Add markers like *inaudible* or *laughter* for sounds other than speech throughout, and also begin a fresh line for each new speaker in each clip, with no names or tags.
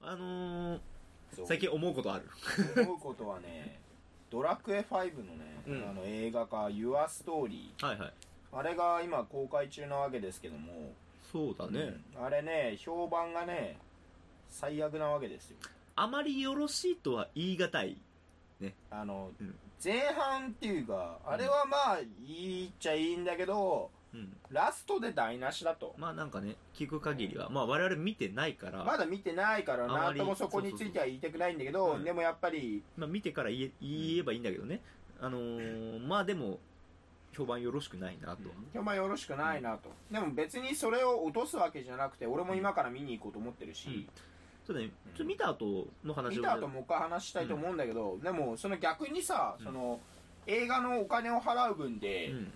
あのー、
そう
最近思うことある。
思うことは
*laughs*
ねドラクエ5のね、
うん
あの映画化「Your Story
はいはい。」
あれが今公開中なわけですけども、
そうだね。
うんあれね評判がね最悪なわけですよ
あまりよろしいとは言い難い。
あの、
うん
前半っていうかあれはまあいいっちゃいいんだけど、
うん。
ラストで台無しだと
まあなんかね、聞く限りは、まあ我々見てないから、
まだ見てないから
あま
何
り
ともそこについては言いたくないんだけど
そうそうそううん
でもやっぱり
まあ見てから言え言えばいいんだけどね。あのー、まあでも、評判よろしくないなとは。
評判よろしくないなと、でも別にそれを落とすわけじゃなくて俺も今から見に行こうと思ってるし、
そうだね、ちょっと見た後の話を。
見た後もう一回話したいと思うんだけど、でもその逆にさその映画のお金を払う分
う
で、
ん。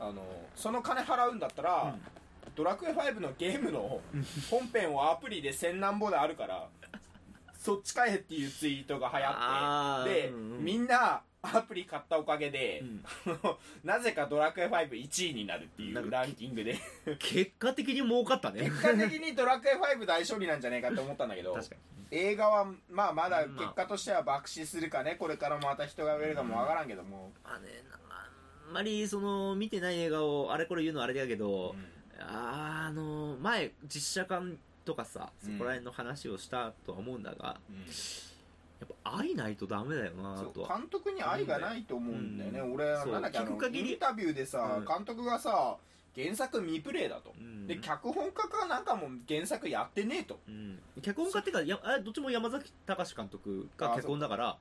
あのその金払うんだったら、ドラクエ5のゲームの本編をアプリで千何ぼであるからそっち買えっていうツイートが
あー
流行ってで、
うんうん
みんなアプリ買ったおかげで、
うん
あのなぜかドラクエ51位になるってい
なん
う
か
ランキングで
結果的に儲かった *laughs* ね。
結果的にドラクエ5大勝利なんじゃないかって思ったんだけど
確かに。
映画はまあまだ
うん
結果としては爆死するかねこれからまた人が増えるかもわからんけども、
まあね、なんかあんまりその、見てない映画をあれこれ言うのはあれだけど、あーあのー前実写館とかさそ
うん
こら辺の話をしたとは思うんだが、
うん
やっぱ愛ないとダメだよな
そう
とは
監督に愛がないと思うんだよね、
うん
俺
そう
なんだっけあの
聞く限り
インタビューでさ、
うん
監督がさ原作未プレイだと、
うん
で脚本家かなんかも原作やってねえと
うん、脚本家っていうかやあどっちも山崎隆監督が
あ
脚本だから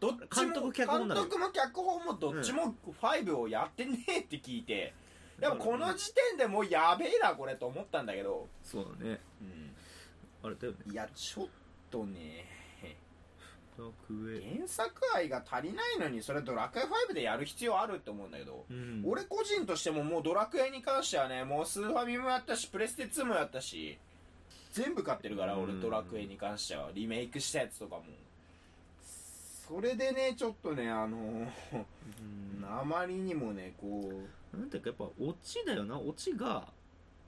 どっちも
監督脚本なのよ
監督も脚本もどっちも5をやってねえって聞いて、でもこの時点でもうやべえなこれと思ったんだけど、
そうだねあれだよね
いやちょっとね
ドラクエ
原作愛が足りないのにそれドラクエ5でやる必要あるって思うんだけど、
うん
俺個人としてももうドラクエに関してはねもうスーファミもやったしプレステ2もやったし全部買ってるから俺
うん
ドラクエに関してはリメイクしたやつとかもそれでねちょっとねあの
うん
あまりにもねこう
なんていうかやっぱオチだよなオチが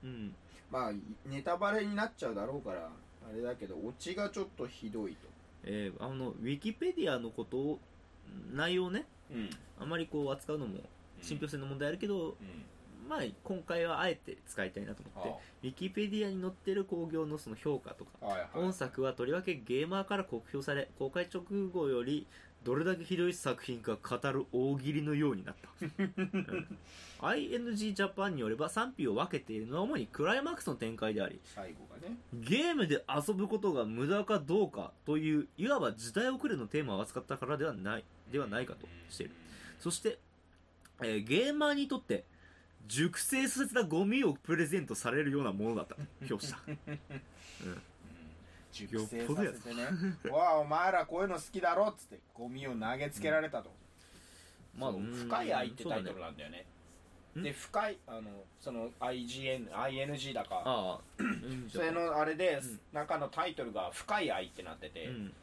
うん
まあネタバレになっちゃうだろうからあれだけどオチがちょっとひどいと
えーあのウィキペディアのことを内容をね
うん
あまりこう扱うのも信憑性の問題あるけど、まあ今回はあえて使いたいなと思ってウィキペディアに載ってる興行のその評価とか、
はいはい
本作はとりわけゲーマーから酷評され公開直後よりどれだけひどい作品か語る大喜利のようになった、
*laughs*
うん、ING ジャパンによれば賛否を分けているのは主にクライマックスの展開であり
最後がね
ゲームで遊ぶことが無駄かどうかといういわば時代遅れのテーマを扱ったからではないではないかとしているそして、えーゲーマーにとって、熟成させたゴミをプレゼントされるようなものだ *laughs* った。表した。
熟成させてね「わあお前らこういうの好きだろ」っつってゴミを投げつけられたと、
まあ
そう
うん
深い愛ってタイトルなんだよね
うん
で深いあのその IGN ING だか
ああ、うん
それ、のあれで、
うん
中のタイトルが「深い愛」ってなってて、
う
うん
ん。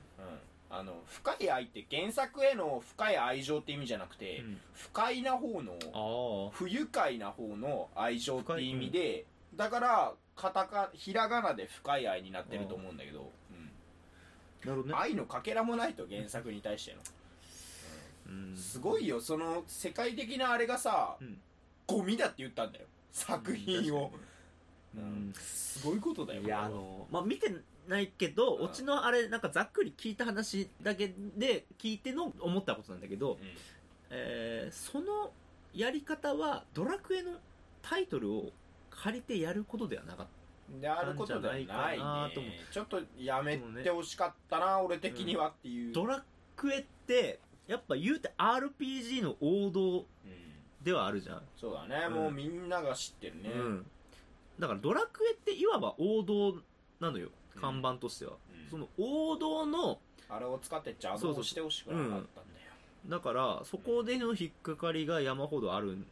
あの深い愛って原作への深い愛情って意味じゃなくて、
うん
不快な方の
あ
不愉快な方の愛情って意味で、だからカタカひらがなで深い愛になってると思うんだけど、うん
あ、なるほどね。
愛のかけらもないと原作に対しての、
うん
すごいよその世界的なあれがさ、
うん
ゴミだって言ったんだよ作品を、
うん
うんすごいことだよ
いや、
こ
あ
れは
の、まあ見てないけど、
うん
オチのあれ、なんかざっくり聞いた話だけで聞いての思ったことなんだけど、えーそのやり方はドラクエのタイトルを借りてやることではなかっ
うん、であることではないね
なんじゃないかなと思う
ちょっとやめてほしかったな、俺的にはっていう、
た。ドラクエって、やっぱ言うて RPG の王
う
道
ん
ではあるじゃん。
そうだね、
うん
もうみんなが知ってるね、
うん。だからドラクエっていわば王道なのよ。
うん
看板としては。
うん
その王道の、
あれを使って邪魔をしてほしくなかったんだよ、
だからそこでの引っかかりが山ほどあるん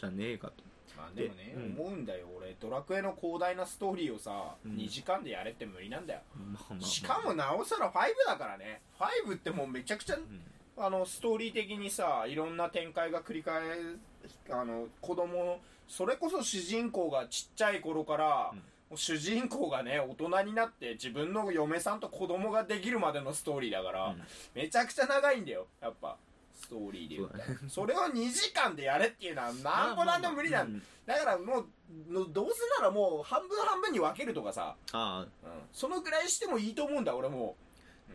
じゃねえかと。
まあでもね、
でうん
思うんだよ俺ドラクエの広大なストーリーをさ、
うん
2時間でやれって無理なんだよ
まあまあまあ
しかも、なおさら5だからね5ってもうめちゃくちゃ
うん
あのストーリー的にさいろんな展開が繰り返すあの子供のそれこそ主人公がちっちゃい頃から、もう主人公がね大人になって自分の嫁さんと子供ができるまでのストーリーだから、
うん
めちゃくちゃ長いんだよやっぱストーリーで言うと
そうだ
それを2時間でやれっていうのはなんぼなんでも無理なんだ、
うん
だからもうのどうせならもう半分半分に分けるとかさ、
ああ
うん、そのぐらいしてもいいと思うんだ俺もう、うん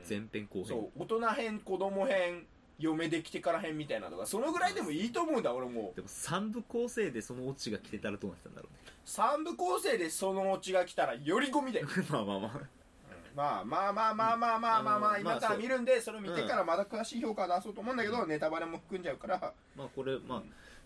前編後編
そう大人編子供編嫁できてから編みたいなとかそのぐらいでもいいと思うんだ俺も
でも3部構成でそのオチが来てたらどうなってたんだろ
3部構成でそのオチが来たらよりゴミだよ
うね *laughs* まあまあまあ
まあまあまあまあまあまあまあまあ
うんあの
今か
まあそ
ら
う
見るんでそれ見てからまた詳しい評価出そうと思うんだけどネタバレも含んじゃうから
まあこれまあ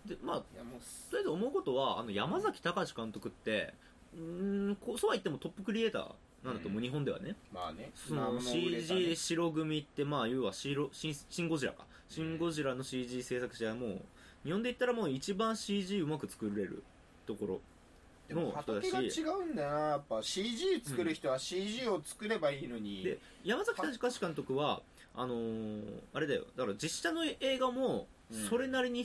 い
でまあ
やもう
とりあえず思うことはあの山崎隆監督ってうーんこうそうは言ってもトップクリエイターなんだと思う、
うん
日本ではね
まあね
その CG 白組ってまあ要はシロシンシン・ゴジラかシン・ゴジラの CG 制作者はもう日本で言ったらもう一番 CG うまく作れるところ
でも畑が違うんだよなやっぱ CG 作る人は CG を作ればいいのに
で山崎隆監督はあのーあれだよだから実写の映画も
うん
それなりに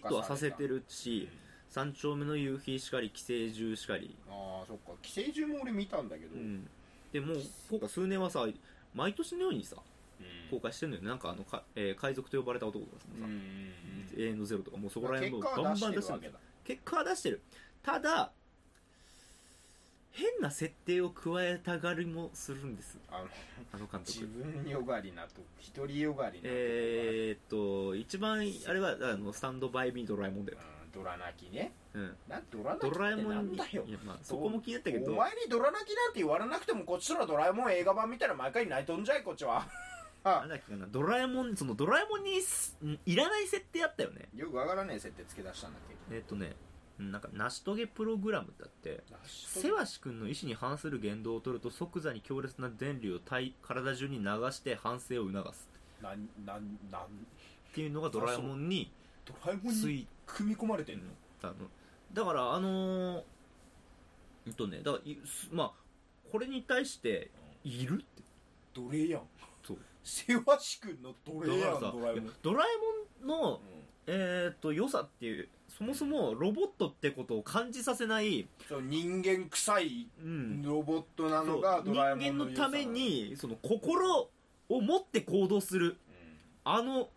評価され
ッ
た
トはさせてるし
うん
「三丁目の夕日」しかり「寄生獣」しかり、
ああそっか寄生獣も俺見たんだけど
う、ん、でもう今回数年はさ毎年のようにさ
うん
公開してるのよなんかあのか、えー海賊と呼ばれた男とかさ、
うんうんうん
永遠のゼロとかもうそこら辺も
結果
バ
は
ン
出し
バン
て
出
る
してる
わ
ん
け
だよ
だ
結果は出してるただ変な設定を加えたがりもするんです
あの
あの監
自
督
分よがりなと独りよがりなと、
えー、っと一番あれはあのスタンドバイミードラえもんだよ、
うんドラ泣きね
うん、
なんドラ泣き
ド
って
ラえも
なんん
に
だよ
いや、まあ、そこも気になったけ
お
ど
前にドラ泣きなんて言われなくてもこっちとらドラえもん映画版見たら毎回泣いとんじゃいこっち
*laughs*
は
なんだっけかなドラえもんそのドラえもんにすんいらない設定あったよね
よくわからねえ設定付け出したんだっけ
えー、っとねなんか成し遂げプログラムだってセワシ君の意思に反する言動を取ると即座に強烈な電流を体体中に流して反省を促す
なんなんなん
っていうのがドラえもんに
ドラえもん
つ
に
い
組み込まれ
て
て
る
ん
の
の、
だからあのー、うんとねだからいすまあこれに対しているって
奴隷やん
そう
セワシ君の奴隷やん
だ
ド
から
ラ
さ
え
い
もん
やドラえもんの
うん、
えー、と良さっていうそもそもロボットってことを感じさせない、
そう人間臭い
うん、
ロボットなのが
そ
ド
う
ラえもん
人間の
良さ
ため、にその心を持って行動する
うん
あの、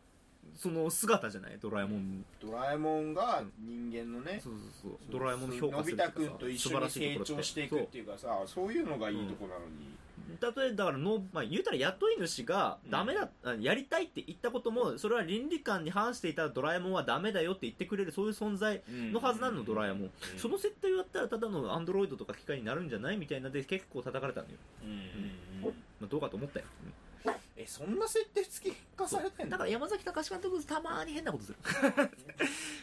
その姿じゃないドラえもん。
ドラえもんが人間のね、
そうそうそう。ドラえもんの評価
の
す
び
ると
太
か
くんと一緒に成長していくっていうかさそういうのがいいとこなのに、
そう例えば、だからの、まあ、言うたら雇い主がダメだ、あやりたいって言ったことも、それは倫理観に反していたらドラえもんはダメだよって言ってくれる、そういう存在のはずなの、ドラえもん。その設定をやったらただのアンドロイドとか機械になるんじゃないみたいなで結構叩かれたのよ。
うんうんうん
まあ、どうかと思ったよ。
えそんな設定付き化されて
うんん、
の
だから山崎隆監督たまに変なこと
*laughs*
する。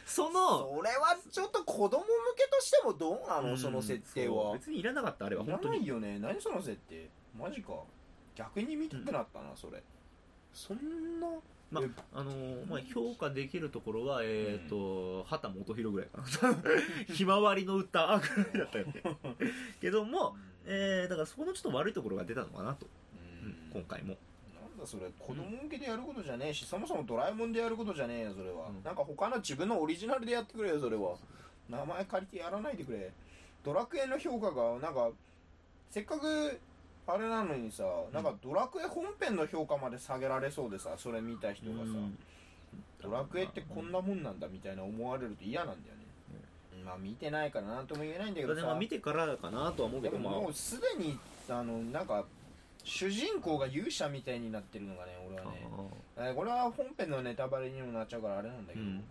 その、
それはちょっと子供向けとしてもどうなの、
うん
その設定
そう
は
別にいらなかった、あれは。
い
本
ら
当
な
に
い。よね何その設定マジか逆に見たくなったな、それそんな
ま
え
あのーまあ、評価できるところは、えっ、と、畑元博ぐらいかな。 *laughs* ひまわりの歌ぐらいだった
*laughs*
よね。けども、えー、だからそこのちょっと悪いところが出たのかなと、
う
うん
ん
今回も。
なんだそれ子供向けでやることじゃねえし、そもそもドラえもんでやることじゃねえよそれは、
うん
なんか他の自分のオリジナルでやってくれよそれは名前借りてやらないでくれドラクエの評価がなんかせっかくあれなのにさ、なんかドラクエ本編の評価まで下げられそうでさそれ見た人がさ、
うん
ドラクエってこんなもんなんだみたいな思われると嫌なんだよね、まあ見てないからなんとも言えないんだけど
だ
さ
ねまあ、見てからかなとは思うけ
で
ど、
も
ま
も
あ
う、すでにあのなんか主人公が勇者みたいになってるのがね俺はねえーこれは本編のネタバレにもなっちゃうからあれなんだけど、
うん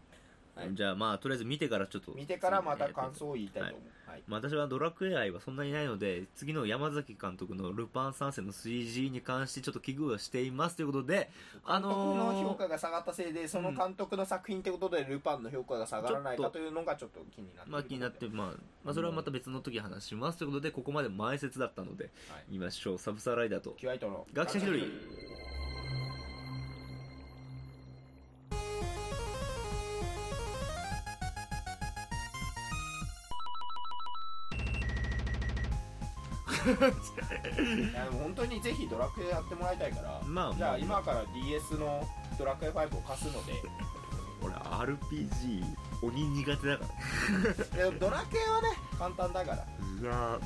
あ
は
ー
い
じゃあ、まあ、とりあえず見てからちょっと。
見てからまた
そうね
感想を言いたいと思う、はい
まあ私はドラクエ愛はそんなにないので、次の山崎監督のルパン三世の CG に関してちょっと危惧をしていますということで、あ
監督
のー
の評価が下がったせいでその監督の作品ってことでルパンの評価が下がらない
ちょ
か
っと
というのがちょっと気になってる
まあ気になって、まあ、まあそれはまた別の時話しますということで、ここまで前説だったので、
はい
言いましょう。サブサーライダーと、
キュアイトの
学者一人。
いやでも本当にぜひドラクエやってもらいたいから、
まあ
じゃ
ま
あ
あ
今から DS のドラクエ5を貸すので
俺 RPG 鬼苦手だから。
でもドラクエはね簡単だから
うわ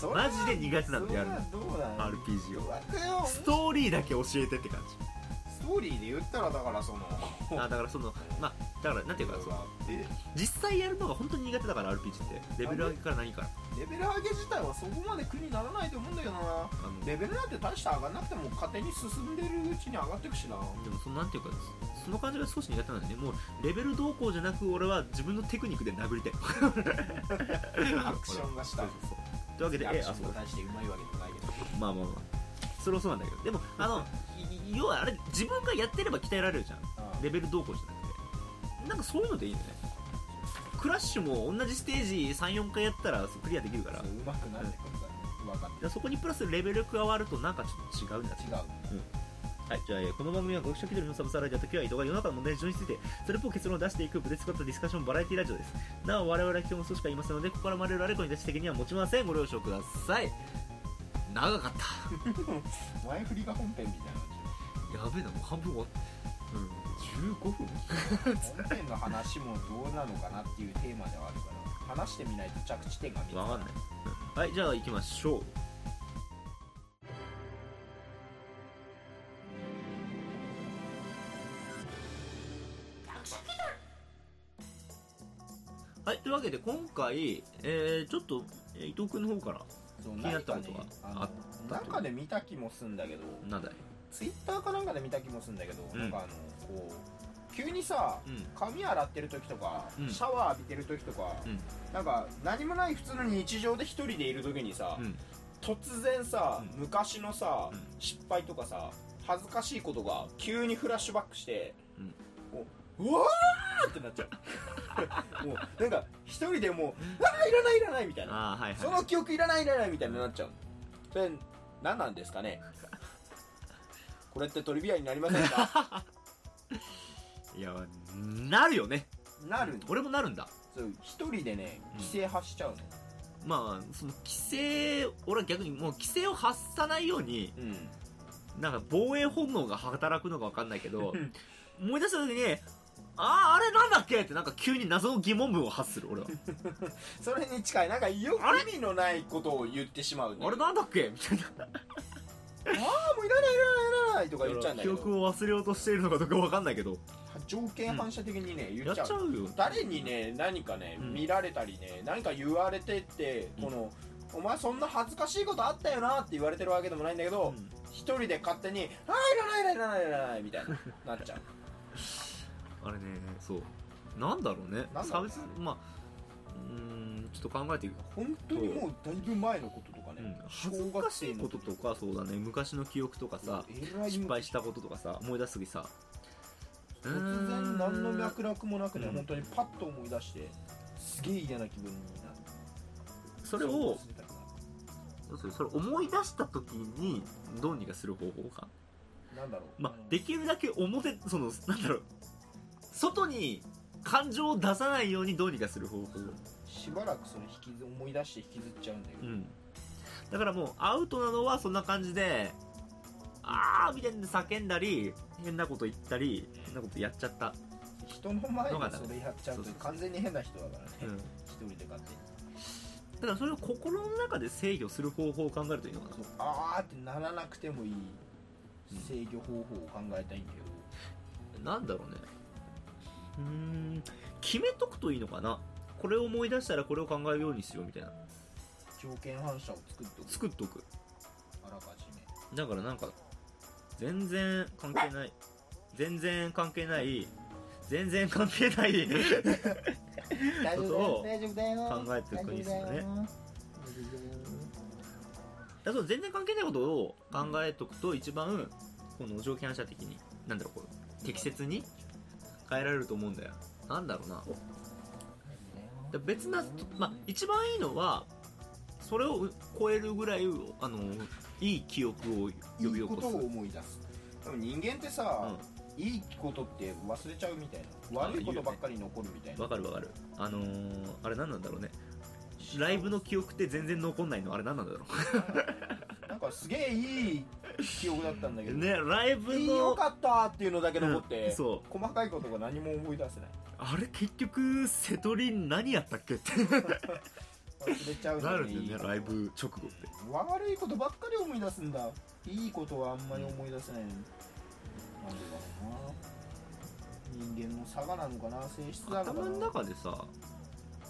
それは
マジで苦手なんでやるの
それはどうだろう
RPG を
ドラクエは
ストーリーだけ教えてって感
ストーリーで言ったらだからその
じあだからそのまあだからなんていうかその
え実
実際やるのが本当に苦手だから RPG ってレベル上げから何から
レベル上げ自体はそこまで苦にならないと思うんだけどな
あので
レベルなんて大して上がんなくても勝手に進んでるうちに上がってくしな
も *laughs* そのなんていうかその感じが少し苦手なんでねもうレベル動向じゃなく俺は自分のテクニックで殴りたい
アクションがした
そうそうそうというわけで
ア
え
クシ
あ
ョン
そ
が
う
大してうまいわけでもないけど
まあまあまあそれはそうなんだけどでもあのい要はあれ自分がやってれば鍛えられるじゃんレベル動向じゃなくてなんかそういうのでいいんだねクラッシュも同じステージ34回やったらクリアできるから
そううまくなるってことだね分かっ
いやそこにプラスレベル加わるとなんかちょっと違うんだね
た違う
はい、じゃあ、えーこの番組は学者気取りのサブサラジャーとキュアイドが世の中の問題事情について、それっぽい結論を出していく、ぶてつかったディスカッションバラエティラジオです。なお、我々は基本そうしか言いませんので、ここから生まれるあれこに対して的には持ちません。ご了承ください。長かった。
前振りが本編みたいな
やべえな、もう半分終わった。うん、15分 *laughs*
本編の話もどうなのかなっていうテーマではあるから話してみないと着地点が見えない
わかんない。はい、じゃあ行きましょう。はい、というわけで今回、えー、ちょっと、えー伊藤君の方から、
そう
になったことがあっ
なんかねあの中で見た気もすんだけど
なんだい
ツイッターかなんかで見た気もすんだけど、
うん
なんかあのこう急にさ
うん。
髪洗ってる時とか、
うん
シャワー浴びてる時とか、
うん
なんか何もない普通の日常で一人でいる時にさ、
うん。
突然さ、
う
昔のさ、
うん
失敗とかさ恥ずかしいことが急にフラッシュバックして、
うん
こううわーってなっちゃう *laughs* もうなんか一人でもう「わーいらないいらない」みたいな
ああ、はい
そ
は
の記憶いらないいらないみたいになっちゃうそれ何なんですかねこれってトリビアになりませんか
い。いや、なるよね。
なる
俺もなるんだ。
そう一人でね
うん
規制発しちゃうの
まあ、その、規制、俺は逆にもう規制を発さないように、
うん、
なんか防衛本能が働くのかわかんないけど、思い出した時に、ああ、あれなんだっけってなんか急に謎の疑問文を発する、俺は。
それに近いなんかよ
あれ
意味のないことを言ってしまう
あれなんだっけみたい
ああもういらないいらないいらないとか言っちゃうん
な。
だ
記
けど
憶を忘れようとしているのかどうかわかんないけど。
条件反射的にね、
や
言
っ
っ
ち
ち
ゃ
ゃう
うよ。
誰にね何かね、
うん
見られたりね何か言われてって、
うん
このお前そんな恥ずかしいことあったよなって言われてるわけでもないんだけど、
うん
一人で勝手に「ああいらないいらないいらないいらない」みたいになっちゃう
あれね、そう。なんだろうね。
なんだ
差
ろうね
別、まあ、うーん、ちょっと考えていく。
*laughs* 本当にもうだいぶ前のこととか
う
ね
ん、恥ずかしいこととか、そうだね、昔の記憶とかさ、
えらい
失敗したこととかさ、思い出す時さ、
突然何の脈絡もなくね、
うん
本当にパッと思い出してすげえ嫌な気分になる
それ
う
を
忘、たくな
どうするそれ思い出した時にどうにかする方法か
るなんだろう
まあ
うん
できるだけ表そのなんだろう外に感情を出さないようにどうにかする方法
しばらくそれ引きず思い出して引きずっちゃうんだけど、
うんだからもうアウトなのはそんな感じであーみたいに叫んだり変なこと言ったり変なことやっちゃった、
人の前
のが
で
だ
それやっちゃう
そ
と
うそうそう
完全に変な人だからね、
うん、
一人で勝手に
だからそれを心の中で制御する方法を考えるといいのかな
そうあーってならなくてもいい制御方法を考えたいんだけど、
なんだろうねうーん決めとくといいのかなこれを思い出したらこれを考えるようにしようみたいな
条件反射を作っておく
作っとく
あらかじめ
だからなんか全然関係ない全然関係ない全然関係ない *laughs*
大
丈夫だ
大丈夫だよ
考えていくといいっすよね大丈だそう全然関係ないことを考えとくと一番この条件反射的になんだろうこう適切に変えられると思うんだよなんだろうなで別な、まあ、一番いいのはそれを超えるぐらいあのいい記憶を呼
い
び
い
起
こ
ことす
を思い出すでも人間ってさ、いいことって忘れちゃうみたいな悪いことばっかり残るみたい
うん、
な
わかるわかるあのー、あれ何なんだろうねライブの記憶って全然残んないのあれ何なんだろ
なんかすげえいい記憶だったんだけ
う
ど、
ね *laughs* ライブの
よかったっていうのだけ残って、
うんそう
細かいことが何も思い出せない
あれ結局瀬戸り何やったっけって
あ忘れちゃう
なるん
ね
だよねライブ直後って
悪いことばっかり思い出すんだいいことはあんまり思い出せないなんでだろうな人間の差がなのかな性質なのか
頭
な
の中でさ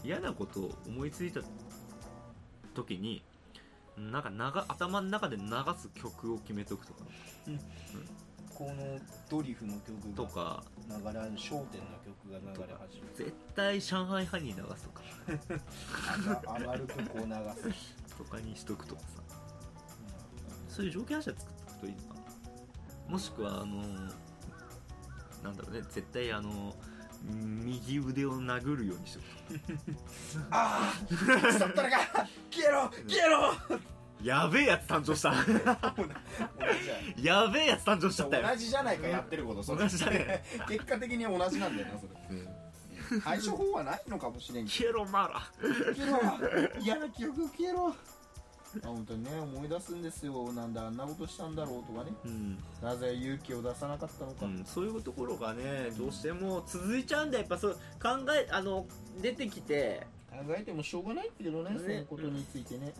嫌なことを思いついた時になんか長頭の中で流す曲を決めとくとか
このドリフの曲
と
が
か
流れ『焦点』の曲が流れ始め
絶対上海ハニー流すとか
た上がる曲を流す
とかにしとくとかさそういう条件反射作っておくといいのかなもしくはあのなんだろうね絶対あの右腕を殴るようにしとく
ああ腐ったのか消えろ消えろ
やべえやつ誕生した *laughs* やべえやつ誕生しちゃったよ
同じじゃないかやってることそれ
同じだね
*laughs* 結果的に同じなんだよなそれ対処法はないのかもしれんけど
ケロマラ
消えろ嫌な記憶消えろあ本当にね思い出すんですよなんであんなことしたんだろうとかね
うん
なぜ勇気を出さなかったのか、
うん、そういうところがねどうしても続いちゃうんだやっぱそう考えあの出てきて
考えてもしょうがないけどね
ね
そのことについてね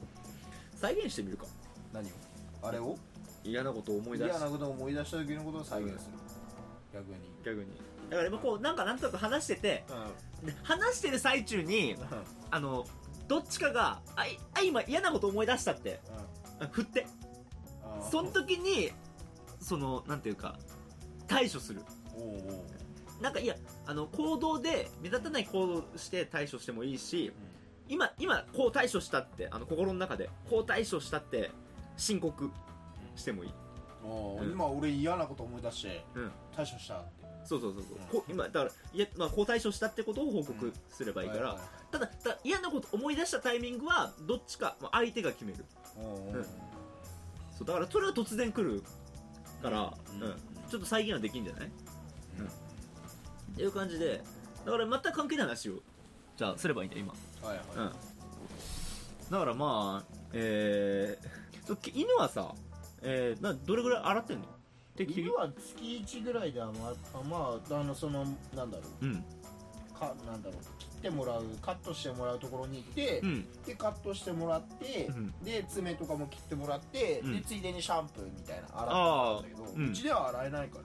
再現してみるか
何をあれを
嫌なことを思い出し
嫌
て
なことを思い出した時のことを再現する、逆に
逆にだから今こうなんかなんとなく話しててで話してる最中に
う
あのどっちかがあいあ今嫌なこと思い出したって
ん
あ振ってその時にそのなんていうか対処する
おうおう
なんかいやあの行動で目立たない行動して対処してもいいし今今こう対処したってあの心の中でこう対処したって申告してもいい
おう
うん
今俺嫌なこと思い出して、
うん
対処したって
そうそうそうそうこう今だからいや、まあ、こう対処したってことを報告すればいいから、
はいはい
ただただ嫌なこと思い出したタイミングはどっちか、まあ、相手が決める
おうおう
うんそうだからそれは突然来るから、
うん
うんちょっと再現はできんじゃない、うんっていう感じでだから全く関係ない話をじゃあすればいいんだよ今
はいはい、
うんだからまあえー、そうき犬はさ、えー、などれぐらい洗ってんのでき
犬は月1ぐらいではまあまああのそのなんだろ
うん
うかなんだろう切ってもらうカットしてもらうところに行って、
うん
でカットしてもらって、
うん
で爪とかも切ってもらって、
うん
でついでにシャンプーみたいな洗ってたんだけど、
あーうん
うちでは洗えないから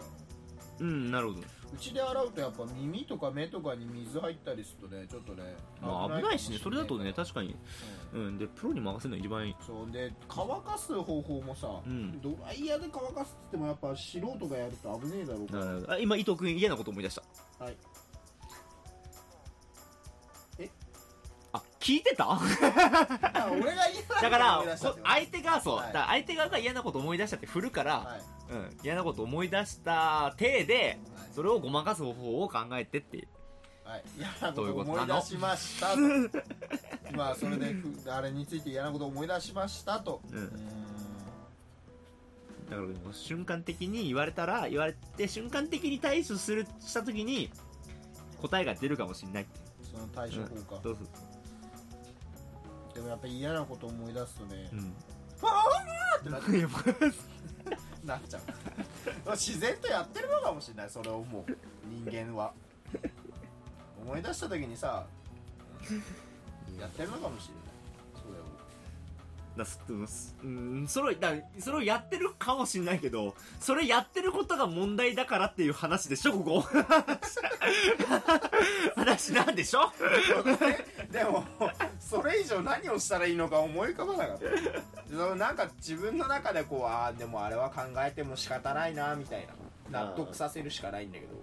うんなるほど
うちで洗うとやっぱ耳とか目とかに水入ったりするとねちょっとね
まあ危ないしねそれだとね
かも
確かに
しれないから
うんでプロに任せるの一番いい
そうで乾かす方法もさ、
うん
ドライヤーで乾かすって言ってもやっぱ素人がやると危ねえだろうから、
あ今伊藤君嫌なこと思い出した
はい
あ聞いてた
あ *laughs* 俺が
だ
嫌
か
なこと思
ら
い出したっ
こ
てこと
相手がそう、
はい
だから相手側が嫌なこと思い出したって振るから、
はい
うん、嫌なこと思い出した体で
はい
それをごまかす方法を考えてって
はい、嫌なこ
どうい
と
うこと
思い
なの
出しましたまあそれでふあれについて嫌なこと思い出しましたと
うん
うー
だからもう瞬間的に言われたら言われて瞬間的に対処するした時に答えが出るかもしれないって
その対処法か、
どうする
でもやっぱり嫌なこと思い出すとね、
うん
なっ
いや僕は
なっちゃ
*laughs*
う自然とやってるのかもしれないそれをもう人間は
*laughs*
思い出した時にさやってるのかもしれないそうだよ
だすうん、それをだそれをやってるかもしれないけどそれやってることが問題だからっていう話でしょ
*laughs*
ここ話なんでしょ
でもそれ以上何をしたらいいのか思い浮かばなかったそのなんか自分の中でこうああでもあれは考えても仕方ないなみたいな納得させるしかないんだけど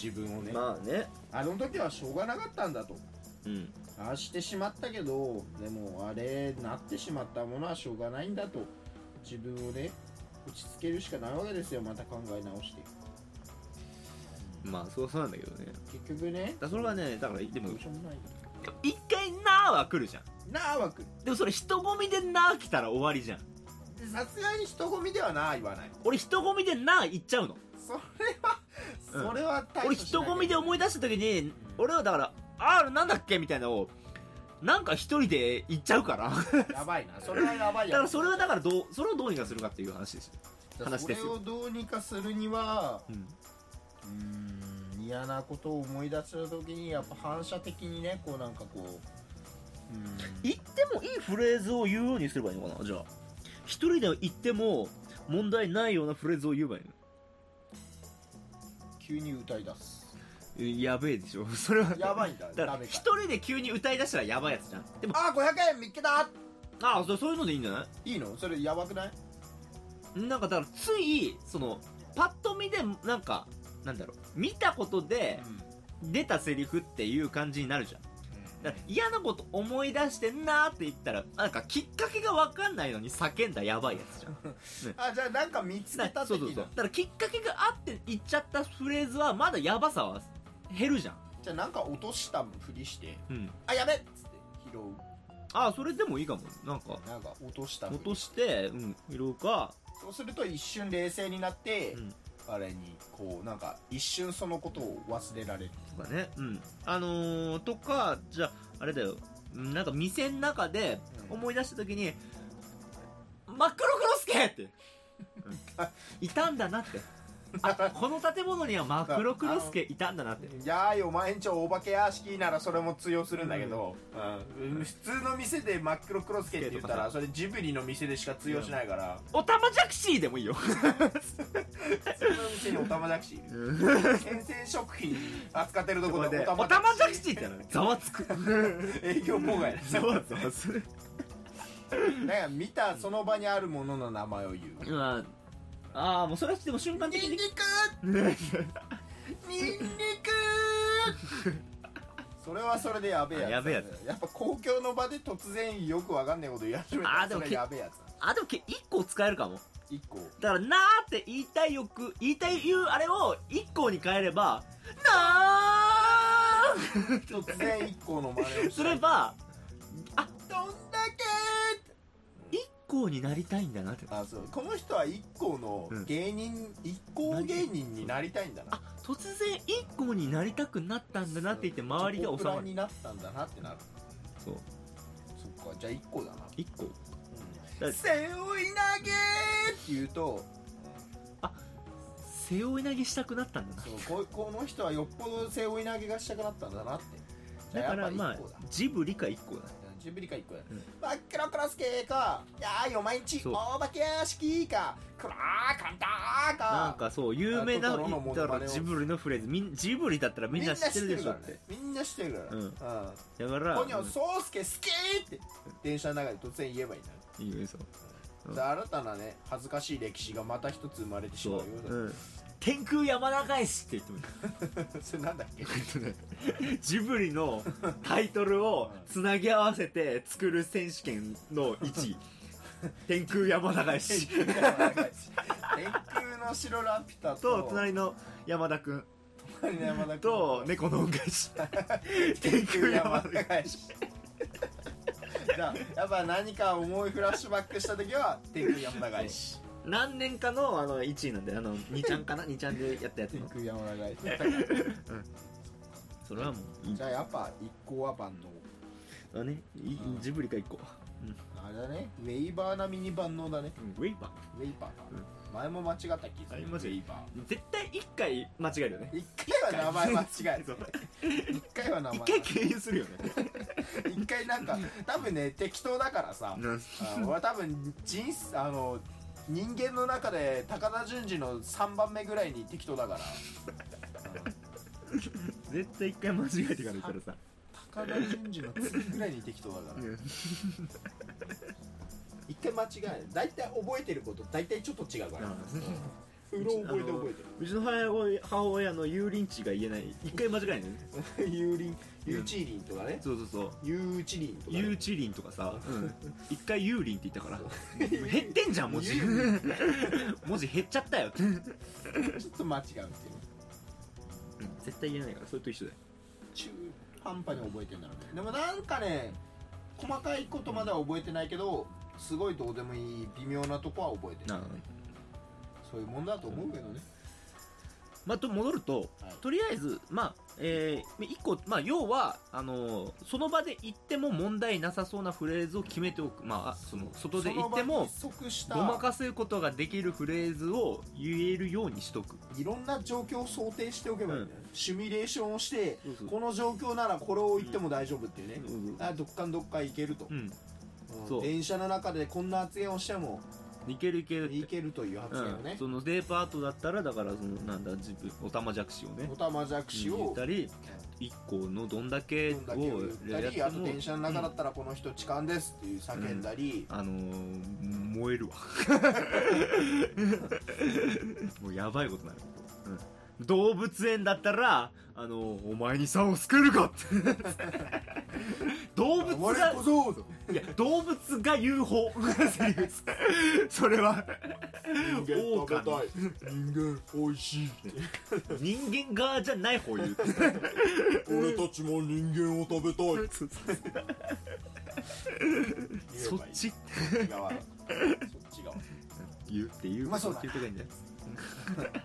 自分をね、
まあね
あの時はしょうがなかったんだと
うん
ああしてしまったけどでもあれなってしまったものはしょうがないんだと自分をね落ち着けるしかないわけですよまた考え直して
まあそうそうなんだけどね
結局ね
だそれはねだからで
ど
も
うしようもない
一回なーは来るじゃん
なあわく
でもそれ人混みでなー来たら終わりじゃん
さすがに人混みではなあ言わない
俺人混みでなー行っちゃうの
それは
うん
それは対処
俺
しな
人混みで思い出した時に俺はだからあーなんだっけみたいなのをなんか一人で行っちゃうから
やばいなそれはやばい
だか
や
ら
つ
それはだからどうそれをどうにかするかっていう話ですよ話です
それ
よ
をどうにかするには
うん
うーん嫌なことを思い出した時にやっぱ反射的にねこうなんかこう
言ってもいいフレーズを言うようにすればいいのかなじゃあ一人で言っても問題ないようなフレーズを言えばいいの
急に歌い出
*laughs*
す
やべえでしょそれは
やばいんだ
だか
ダ
ら
メか
一人で急に歌い出したらやばいやつじゃんでも
あー500円見っけた
ああそそういうのでいいんじゃない
いいのそれやばくない
なんかだからついそのパッと見でなんかなんだろう見たことで出たセリフっていう感じになるじゃんだから嫌なこと思い出してんなーって言ったらなんかきっかけが分かんないのに叫んだやばいやつじゃん
あじゃあなんか見つけた
だ
っ
そ
て
うそう
聞い
そう
た
だからきっかけがあって言っちゃったフレーズはまだやばさは減るじゃん、
じゃあなんか落としたふりして
うん、
あやべっつって拾う
ああそれでもいいかもなんか
なんか落としたふり
落として、うん、拾うか
そうすると一瞬冷静になって、
うん
あれにこうなんか一瞬そのことを忘れられる
とかねうんあのー、とかじゃああれだようんなんか店の中で
うん
思い出した時に「真っ黒クロスケ!」って、いたんだ
*laughs*
なってあこの建物には真っ黒クロスケいたんだなって
いやーいお前んちお化け屋敷ならそれも通用するんだけど、うん普通の店で真っ黒クロスケって言ったらそれジブリの店でしか通用しないから
「おたまじゃくし!」でもいいよ
普通の店におたまじゃくし先生食品扱ってるところで
おたまじゃくしってなるざわつく
*laughs* 営業妨害だ
ざわざわする
だから見たその場にあるものの名前を言う
まああーもうそれはでも瞬間的に
ニンニク *laughs* それはそれでやべえやつだね
あやべえや
やっぱ公共の場で突然よくわかんないこと言い始めた
あ
ら
ーで
そ
も
れやべえやつだ
あでもけ一個使えるかも
一個
だからなーって言いたい欲言いたい言うあれを一個に変えればな
突然一個の真似をした
ー *laughs*
い
すればあ
どんだ
一個になりたいんだなって
けあそうこの人は一個の芸人、一個芸人になりたいんだな
あ突然一個になりたくなったんだなって言って周りが
お
収
プ
ま
ラ
る
になったんだなってなる
そう
そっかじゃあ一個だな
一個
うん背負い投げって言うと
背負い投げしたくなったんだな
そうここの人はよっぽど背負い投げがしたくなったんだなってじ
だ
ゃあ
か
やっぱ
ら
一個
まあ
だ
ジブリか一個だ
ジブリか一個だ、
うん
真っ黒クロスケかいやーよ毎日
そう
お化け屋敷かクラーカンターか
なんかそう有名な
トトロのモノマネを
ジブリのフレーズみんジブリだったらみんな知ってるでしょって
みんな知ってるからね
うん
みんな知ってるからうん
だから
ポニョソウスケ好きって電車の中で突然言えばいいんだよ
うんいいよいいようん
で新たなね恥ずかしい歴史がまた一つ生まれてしま
そうう
よ、
うん、天空山中石って言ってもいい
*laughs* それなんだっけ
*laughs* ジブリのタイトルをつなぎ合わせて作る選手権の1位天空山高石
天空の白ラピュタと
と隣の山田君
隣の山田君
と猫の恩返 *laughs* し天空山高
高いしじゃあやっぱ何か重いフラッシュバックした時は天空山高いし
何年かのあの1位なんであの2ちゃんかな2ちゃんでやったやつ
天
の
空山高いし
それはもういい
じゃあやっぱ一行は万能
だねいい
うん
ジブリか1個
あれだねウェイバー並みに万能だね
ウェイバー
ウェイパーか、
う
前も間違った気
あ
がす
り
る
ま
ウ
すよ
ェイパ
絶対1回間違えるよね
ー一回は名前間違え
そう
る一回は名前
1回経由す *laughs* るよね
一回なんか多分ね適当だからさあの俺は多分人生あの人間の中で高田純次の3番目ぐらいに適当だから
絶対1回間違えてから行ったらさ
高田純次の次ぐらいに適当だから一回間違えない大体覚えてること大体ちょっと違うからうろ覚えて覚
うちの母親母親の油淋地が言えない一回間違えないね
えてるユーリンユーチーリンとかね
そうそうそう
ユーチリンとかね
油地淋とかさ *laughs* 一回油淋って言ったから
そう
減ってんじゃん文 *laughs* 字
油
文字減っちゃったよ
ちょっと間違うっていう
絶対言えないからそれと一緒だよ
中半端に覚えてんだろうねでもなんかね細かいことまでは覚えてないけどすごいどうでもいい微妙なとこは覚えてる
なあ
そういうもんだと思うけどね、
まあ、と戻ると、
はい
とりあえず、まあ、えー、一個、まあ、要は、あのーその場で言っても問題なさそうなフレーズを決めておく。まあ、その、外で言っても、
その場に即した
ごまかすことができるフレーズを言えるようにしとく。
いろんな状況を想定しておけばいいんだよ、シミュレーションをして
そうそう
この状況ならこれを言っても大丈夫っていうね、
うん
あどっかんどっか行けると
う、ん。
うん
そう
電車の中でこんな発言をしても
いけるいけるって。
いけるという発
う
言を
ん
ね、
そのデーパートだったら、だから、その、なんだ、自分、おたまじゃくしをね
お、たまじゃくし
言
を
ったり、一個のどんだけ
どんだけ
を
言ったりあと電車の中だ
う
っ
ん
たらこの人痴漢ですっていう叫んだり、
あのー、
*laughs*
燃えるわ。もうやばいことになる。うん動物園だったら、あのー、お前に竿を救えるかって
*laughs*
動物
我
が
こ、そ
いや、動物が
*laughs*
UFO。セリフです *laughs* それは、
人間食
狼
べたい人間おいしい
人間側じゃない方言う。
俺たちも人間を食べたい
そっち
言えばいい側そっち側
言うっていう。
まあそうだ
言うとかいいんじゃない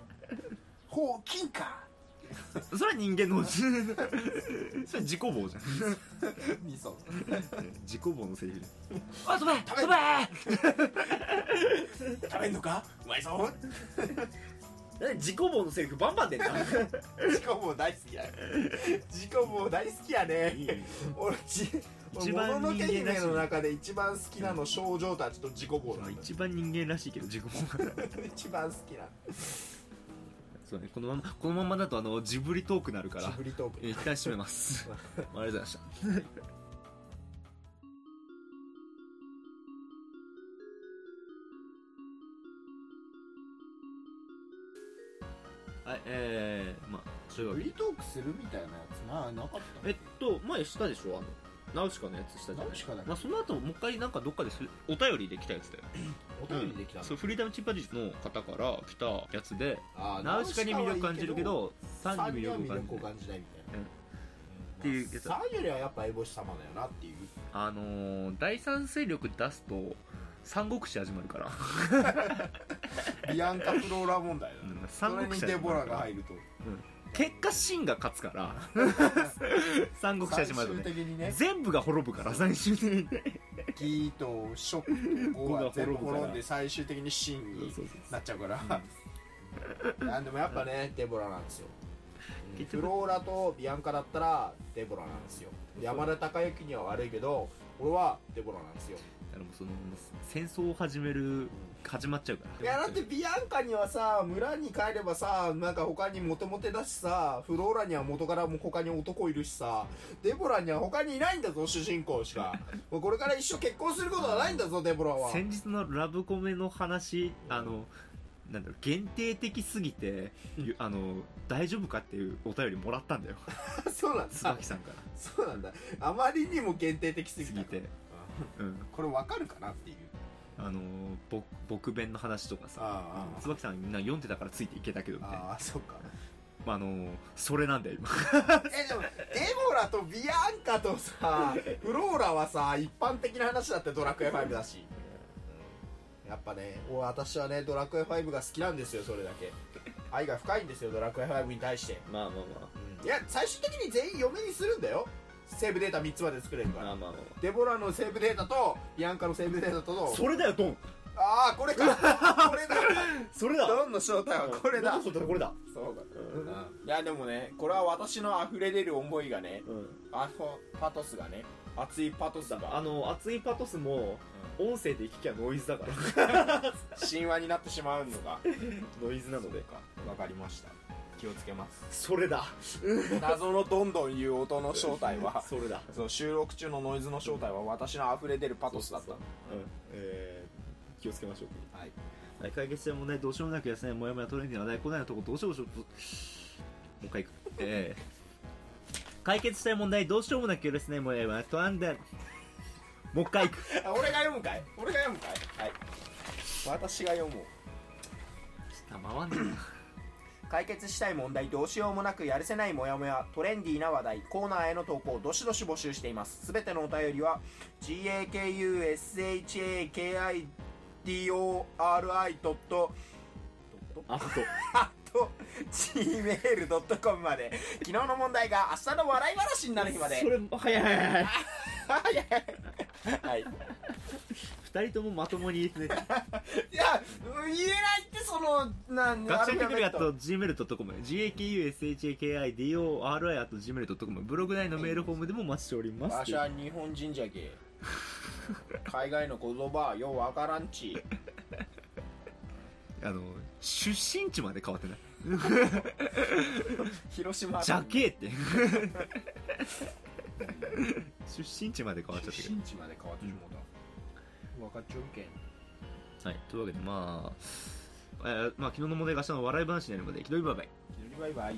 ほうきんか
それは人間のそれ *laughs* は自己棒じゃん
みそ
自己棒のセリフじゃんあ飛べ
べ
飛べ
食べんのかうまいぞ
自己棒のセリフバンバン *laughs* 出んな
自己棒大好きや自己棒大好きやね俺ち
一
俺
番
もののけ
人間らし
姫
い
の中で一番好きなの少女たちと自己棒なの
一番人間らしいけど自己棒が
一番好きな
そうねこのままこのままだとあのジブリトークなるか
ジ
ら
ブリトーク
えー一旦閉めます *laughs* ありがとうございましたはいえー、まあそういうわ
フ
けで
リートークするみたいなやつななかった
えっと、前したでしょあの、ナウシカのやつしたじゃない
ナウシカだっけ
まあ、その後、もう一回なんかどっかです、お便りで来たやつだよ。
お便りできたの
そう、フリーダムチンパンジーの方から来たやつで、
あー
ナウシカに魅力感じるけど、サ
サ
ン
ン
に
に
魅
は
力を
魅
感
力を
じない。
感じないみたいな
うん
って
いうやつ
サンよりはやっぱエボシ様だよなっていう
あのー、第三勢力出すと、三国志始まるから。
ビアンカ・フローラ問題だ
うん
そ
三
れ
国
に
志
デ
始
ボ
ま
ラ
るか
が
ら。
入ると
結果、シンが勝つ *laughs* から、三国志始まる
最
とね。
終的にね
全部が滅ぶから、最終的にね。
ギーとショック
ゴ
ゴ
が
が全部
滅ぶから
滅んで最終的にシンに
そうそうそう
なっちゃうから、なんでもやっぱねデボラなんですようん
結
フ
局
ローラとビアンカだったらデボラなんですよ山田孝之には悪いけど俺はデボラなんですよ
あのその戦争を始める始まっちゃうから
いやだってビアンカにはさ村に帰ればさなんか他にモテモテだしさフローラには元からも他に男いるしさデボラには他にいないんだぞ主人公しかもうこれから一生結婚することはないんだぞデボラは
先日のラブコメの話あのなんだろう限定的すぎてゆあの大丈夫かっていうお便りもらったんだ *laughs* よ
*laughs* そうなん *laughs* だ
椿さんから
そうなんだあまりにも限定的す
す
ぎ
ぎ
て
て、うん、
これわかるかなっていう
あのぼ僕弁の話とかさ
あ
椿さんみんな読んでたからついていけたけどみたいな
ああそっか
まあ、あのそれなんだよ今
えでもデボラとビアンカと *laughs* さフローラはさ一般的な話だってドラクエ5だしうんやっぱねお私はねドラクエ5が好きなんですよそれだけ愛が深いんですよドラクエ5に対して、
まあまあ
いや最終的に全員嫁にするんだよセーブデータ3つまで作れるから、
まあま
デボラのセーブデータとビアンカのセーブデータとの
それだよドン
ああこれかこれだ
それだ
ドンの正体はこれだ
ドンの正体はこれだ
そうだ、いやでもねこれは私の溢れ出る思いがね
うん
あほパトスがね熱いパトスだが
の熱いパトスも音声で聞きゃノイズだから
神話になってしまうのが
ノイズなの
そうかわかりました気をつけます
それだ
謎のどんどん言う音の正体
*laughs*
は
それだ
そう収録中のノイズの正体は私の溢れ出るパトスだった
うんえー気をつけましょう
はい
はい解決したい問題どうしようもなくですねもやもやトレーニングの話題来ないのとこどうしようもしょもう一回いくえー、解決したい問題どうしようもなくですねもやもやトランデもう一回いく
あ俺が読むかい俺が読むかいはい私が読もう
下回んね
解決したい問題どうしようもなくやるせないモヤモヤトレンディーな話題コーナーへの投稿どしどし募集していますすべてのお便りは gakUSHAKIDORI ドット
あと
アット gmail.com まで昨日の問題が明日の笑い話になる日まで
それも早い早い早い
はいはい
2人ともまともにね
いや言えないってそのなん
学習テクニ
ア
カ
ルファベット
と gmail.com、gakushakidori と gmail.com、ブログ内のメールフォームでもお待ちしております。
わしは日本人じゃけ海外の言葉ようわからんち
あの、出身地まで変わってない。
広島
ジャケーって。 *laughs* 出身地まで変わっちゃったけ
出身地まで変わってしもうた分かっちょるけん
ど。はい。というわけで、まあ、えーまあ、昨日の問題が明日の笑い話になるので、ひどいバイバイ。
バイバイ